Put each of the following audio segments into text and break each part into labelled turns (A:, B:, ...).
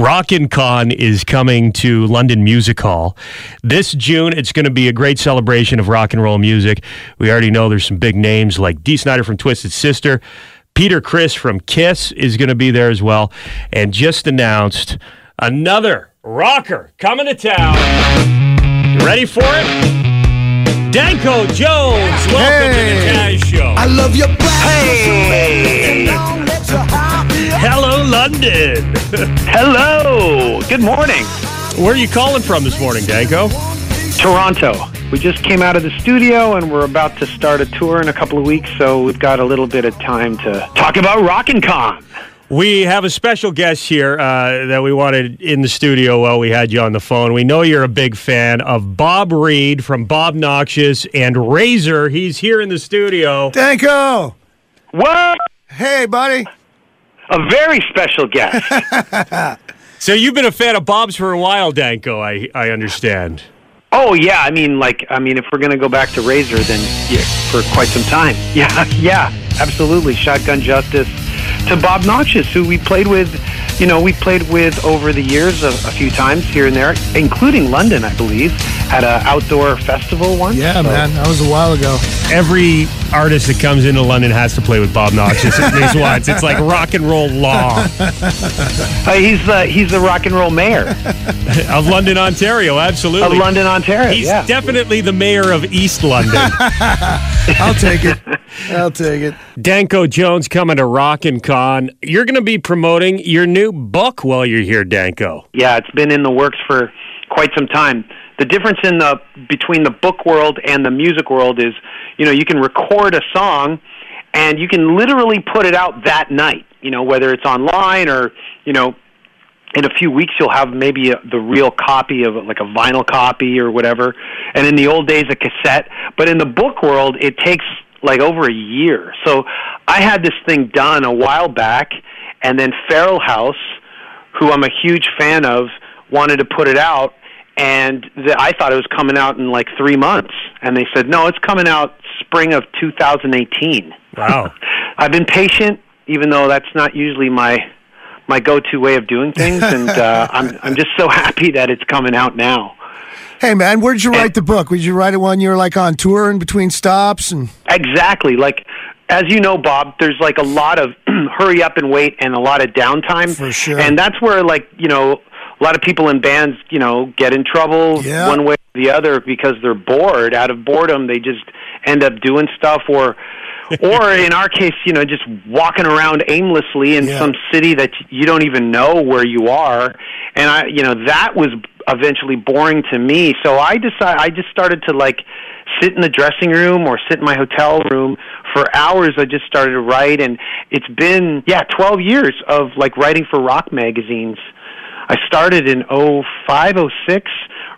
A: Rockin' Con is coming to London Music Hall this June. It's going to be a great celebration of rock and roll music. We already know there's some big names like Dee Snyder from Twisted Sister, Peter Chris from Kiss is going to be there as well, and just announced another rocker coming to town. You ready for it? Danko Jones, welcome
B: Hey.
A: to the Taz Show.
B: I love your black.
C: Hey!
A: Hello, London.
C: Hello! Good morning,
A: Where are you calling from this morning, Danko?
C: Toronto. We just came out of the studio and we're about to start a tour in a couple of weeks, so we've got a little bit of time to talk about Rockin' Con.
A: We have a special guest here uh, that we wanted in the studio while we had you on the phone. We know you're a big fan of Bob Reed from Bob Noxious and Razor. He's here in the studio.
B: Danko.
C: What?
B: Hey, buddy.
C: A very special guest.
A: So you've been a fan of Bob's for a while, Danko. I I understand.
C: oh yeah, I mean, like, I mean, if we're gonna go back to Razor, then yeah, for quite some time. Yeah, yeah, absolutely. Shotgun Justice to Bob Noxious, who we played with, you know, we played with over the years a, a few times here and there, including London, I believe, at an outdoor festival once.
B: Yeah,
C: So-
B: man. That was a while ago.
A: Every artist that comes into London has to play with Bob Noxious at least once. It's like rock and roll law
C: Uh, he's the he's the rock and roll mayor of
A: of London, Ontario. Absolutely.
C: London, Ontario.
A: He's
C: yeah.
A: definitely the mayor of East London.
B: I'll take it. I'll take it.
A: Danko Jones coming to Rockin' Con. You're going to be promoting your new book while you're here, Danko.
C: yeah, it's been in the works for quite some time. The difference in the between the book world and the music world is, you know, you can record a song and you can literally put it out that night, you know, whether it's online or, you know, in a few weeks you'll have maybe a, the real copy of like a vinyl copy or whatever and in the old days a cassette but in the book world it takes like over a year so i had this thing done a while back and then farrell house who i'm a huge fan of wanted to put it out and the, i thought it was coming out in like three months and they said no it's coming out spring of 2018
A: Wow.
C: I've been patient, even though that's not usually my my go-to way of doing things, and uh, I'm I'm just so happy that it's coming out now.
B: Hey, man. Where'd you write the book? Did you write it when you were like on tour in between stops? And
C: Exactly, like as you know, Bob, there's like a lot of hurry up and wait, and a lot of downtime.
B: For sure.
C: and that's where like you know a lot of people in bands you know get in trouble
B: Yeah.
C: one way or the other because they're bored. Out of boredom, they just end up doing stuff or. or in our case, you know, just walking around aimlessly in
B: Yeah.
C: some city that you don't even know where you are and i you know that was eventually boring to me so i decided i just started to like sit in the dressing room or sit in my hotel room for hours i just started to write and it's been yeah 12 years of like writing for rock magazines i started in oh five oh six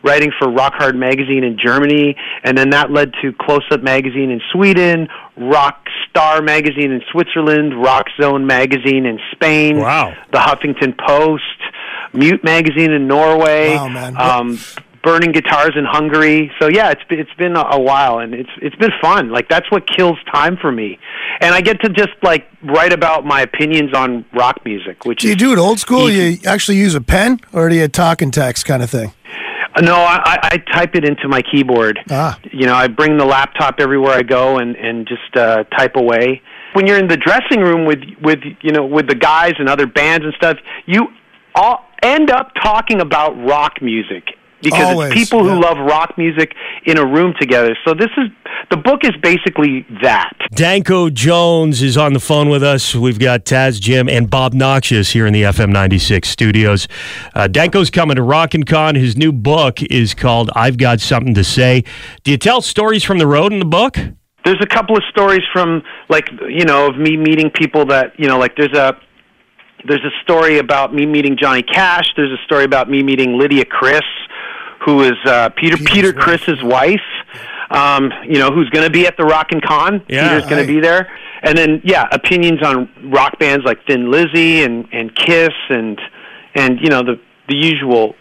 C: writing for rock hard magazine in germany and then that led to close up magazine in sweden rock star magazine in switzerland rock zone magazine in spain
A: Wow.
C: the Huffington Post, Mute Magazine in Norway,
B: Wow, man.
C: um, Burning Guitars in Hungary. So yeah, it's been, it's been a- a while, and it's it's been fun. Like that's what kills time for me, and I get to just like write about my opinions on rock music, which
B: do you
C: is
B: do it old school? You actually use a pen, or do you talk and text kind of thing?
C: No, I, I- I type it into my keyboard.
B: Ah.
C: You know, I bring the laptop everywhere I go and and just uh, type away. When you're in the dressing room with with you know with the guys and other bands and stuff, you all end up talking about rock music because
B: Always,
C: it's people who
B: yeah.
C: love rock music in a room together. So this is the book is basically that.
A: Danko Jones is on the phone with us. We've got Taz Jim and Bob Noxious here in the FM 96 studios. Uh, Danko's coming to Rockin' Con. His new book is called I've Got Something to Say. Do you tell stories from the road in the book?
C: there's a couple of stories from like you know of me meeting people that you know like there's a there's a story about me meeting Johnny Cash. There's a story about me meeting Lydia Chris, who is uh, Peter Peter Chris's wife. Um, you know who's going to be at the Rock and Con.
A: Yeah,
C: Peter's going
B: aye.
C: to be there. And then yeah, opinions on rock bands like Thin Lizzy and and Kiss and and you know the the usual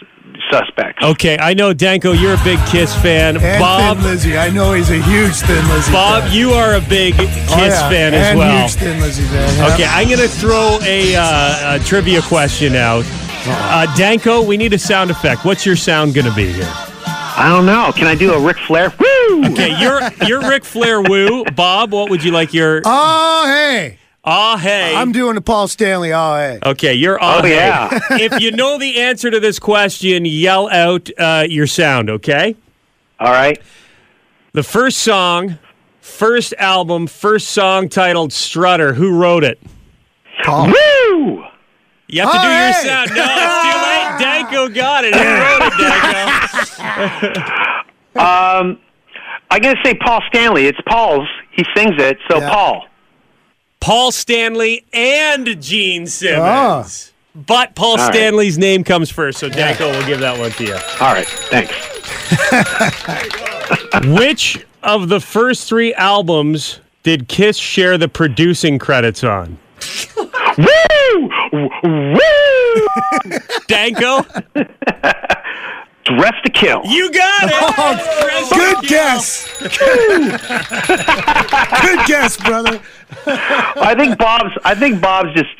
C: s- suspects.
A: Okay, I know, Danko, you're a big Kiss fan.
B: And
A: Bob,
B: Thin Lizzy. I know he's a huge Thin Lizzy.
A: Bob,
B: fan.
A: you are a big Kiss
B: Oh, yeah,
A: fan as
B: and
A: well.
B: Huge Thin Lizzy fan. yeah.
A: Okay, I'm going to throw a, uh, a trivia question out. Uh, Danko, we need a sound effect. What's your sound going to be here?
C: I don't know. Can I do a Ric Flair? Woo!
A: Okay, you're you're Ric Flair woo. Bob, what would you like your
B: Oh, hey.
A: ah hey?
B: I'm doing the Paul Stanley. Oh, hey.
A: okay, you're ah
C: Oh,
A: hey.
C: yeah.
A: if you know the answer to this question, yell out uh, your sound. Okay.
C: All right.
A: The first song, first album, first song titled "Strutter." Who wrote it?
B: Paul.
C: Woo!
A: You have to
B: Oh,
A: do
B: hey.
A: your sound. No, it's too late. Danko got it. He wrote it, Danko.
C: I'm gonna say Paul Stanley. It's Paul's. He sings it. So
B: Yeah.
C: Paul.
A: Paul Stanley and Gene
B: Ah.
A: Simmons. But Paul
C: right.
A: Stanley's name comes first, so Danko will give that one to you.
C: All right. Thanks.
A: Which of the first three albums did Kiss share the producing credits on?
C: Woo! W- Woo!
A: Danko,
C: Dress to kill.
A: you got it. Dress to
B: Oh, Good
A: Kill.
B: guess. Good guess, brother.
C: I think Bob's. I think Bob's just.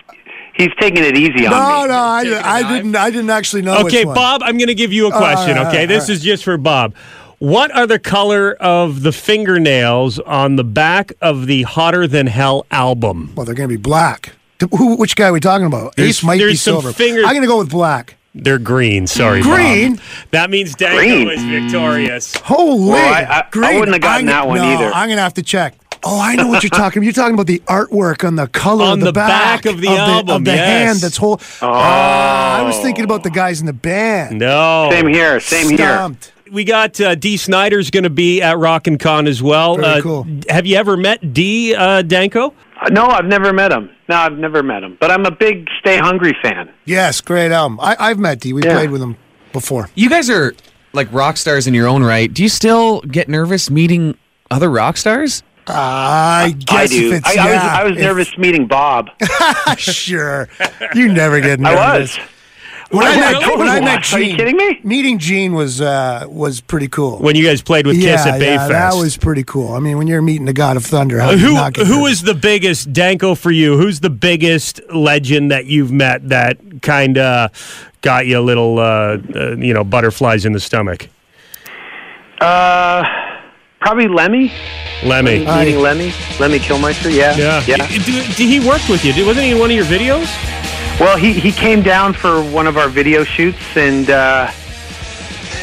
C: He's taking it easy on
B: No,
C: me.
B: no, I,
A: Taking a
B: I
A: dive.
B: didn't. I didn't actually know. which
A: Okay,
B: one.
A: Bob, I'm going to give you a question.
B: all right,
A: okay,
B: all
A: this is just for Bob. What are the color of the fingernails on the back of the Hotter Than Hell album?
B: Well, they're going to be black. Th- Who? Which guy are we talking about?
A: There's-
B: Ace might be
A: there's some
B: silver.
A: fingers-
B: I'm going to go with black.
A: They're green. Sorry, Bob.
B: Green?
A: That means Danko
C: Green.
A: is victorious.
B: Holy!
C: Well, I- I- I
B: green.
C: wouldn't have gotten
B: I'm-
C: that one
B: no,
C: either.
B: I'm going to have to check. Oh, I know what you're talking. You're talking about the artwork on the color
A: On
B: of the,
A: the back of the album,
B: of the hand
A: yes.
B: that's whole. Oh. I was thinking about the guys in the band.
A: No.
C: Same here. Same here.
B: Stumped.
A: We got uh, D. Snyder's going to be at Rockin' Con as well.
B: Very
A: uh,
B: cool.
A: Have you ever met D. Uh, Danko?
C: Uh, No, I've never met him. No, I've never met him. But I'm a big Stay Hungry fan.
B: Yes, great album. I, I've met D. We
C: Yeah.
B: played with him before.
D: You guys are like rock stars in your own right. Do you still get nervous meeting other rock stars?
B: I guess
C: I do.
B: if it's
C: I, I was.
B: yeah,
C: I was
B: if-
C: nervous meeting Bob.
B: Sure, you never get
C: I
B: nervous.
C: was.
B: When I,
A: Really?
B: met, when I
C: Totally
B: met
C: was. Are you
B: Gene,
C: kidding me?
B: Meeting Gene was uh, was pretty cool.
A: When you guys played with Kiss
B: yeah,
A: at Bayfest. Uh,
B: yeah, that was pretty cool. I mean, when you're meeting the God of Thunder, how do you
A: who
B: not get
A: who
B: nervous?
A: is the biggest Danko for you? Who's the biggest legend that you've met that kind of got you a little uh, uh, you know butterflies in the stomach?
C: Uh, probably Lemmy.
A: Lemmy.
C: Meeting Lemmy. Lemmy Kilmister. Yeah.
A: yeah.
C: Uh, Yeah.
A: D- d- d- he worked with you? Did- Wasn't he in one of your videos?
C: Well, he, he came down for one of our video shoots, and uh,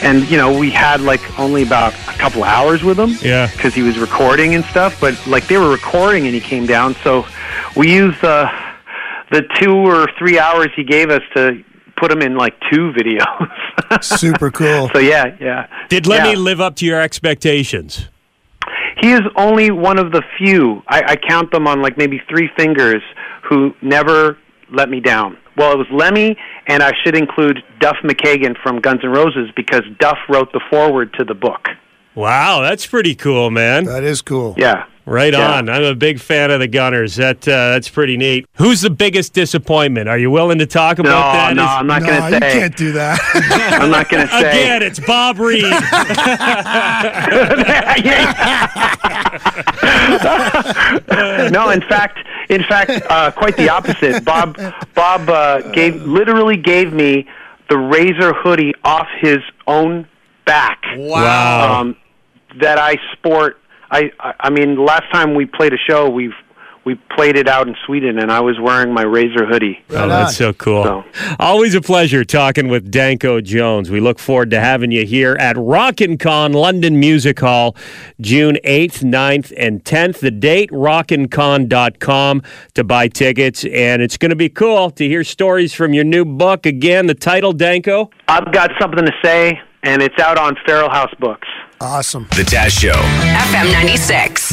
C: and you know we had like only about a couple hours with him.
A: Yeah.
C: Because he was recording and stuff, but like they were recording, and he came down, so we used uh, the two or three hours he gave us to put him in like two videos.
B: super cool?
C: so yeah, yeah.
A: Did Lemmy
C: Yeah.
A: live up to your expectations?
C: He is only one of the few. I, I count them on like maybe three fingers who never let me down. Well, it was Lemmy, and I should include Duff McKagan from Guns N' Roses because Duff wrote the foreword to the book.
A: Wow, that's pretty cool, man.
B: That is cool.
C: Yeah.
A: Right
C: Yeah.
A: on. I'm a big fan of the Gunners. That uh, that's pretty neat. Who's the biggest disappointment? Are you willing to talk
C: No,
A: about that?
C: no,
A: Is-
C: I'm not
B: no,
C: going
B: you
C: to say.
B: can't do that.
C: I'm not going to say.
A: Again, it's Bob Reed.
C: no, in fact, in fact, uh, quite the opposite. Bob, Bob uh, gave literally gave me the razor hoodie off his own back.
A: Wow.
C: Um, that I sport. I, I I mean, last time we played a show, we've we played it out in Sweden, and I was wearing my razor hoodie.
A: Oh, that's so cool.
C: So-
A: Always a pleasure talking with Danko Jones. We look forward to having you here at Rockin' Con London Music Hall, June 8th, 9th, and 10th. The date, rockincon.com to buy tickets. And it's going to be cool to hear stories from your new book. Again, the title, Danko.
C: I've got something to say, and it's out on Feral House Books.
B: awesome.
E: The Taz Show.
F: FM 96.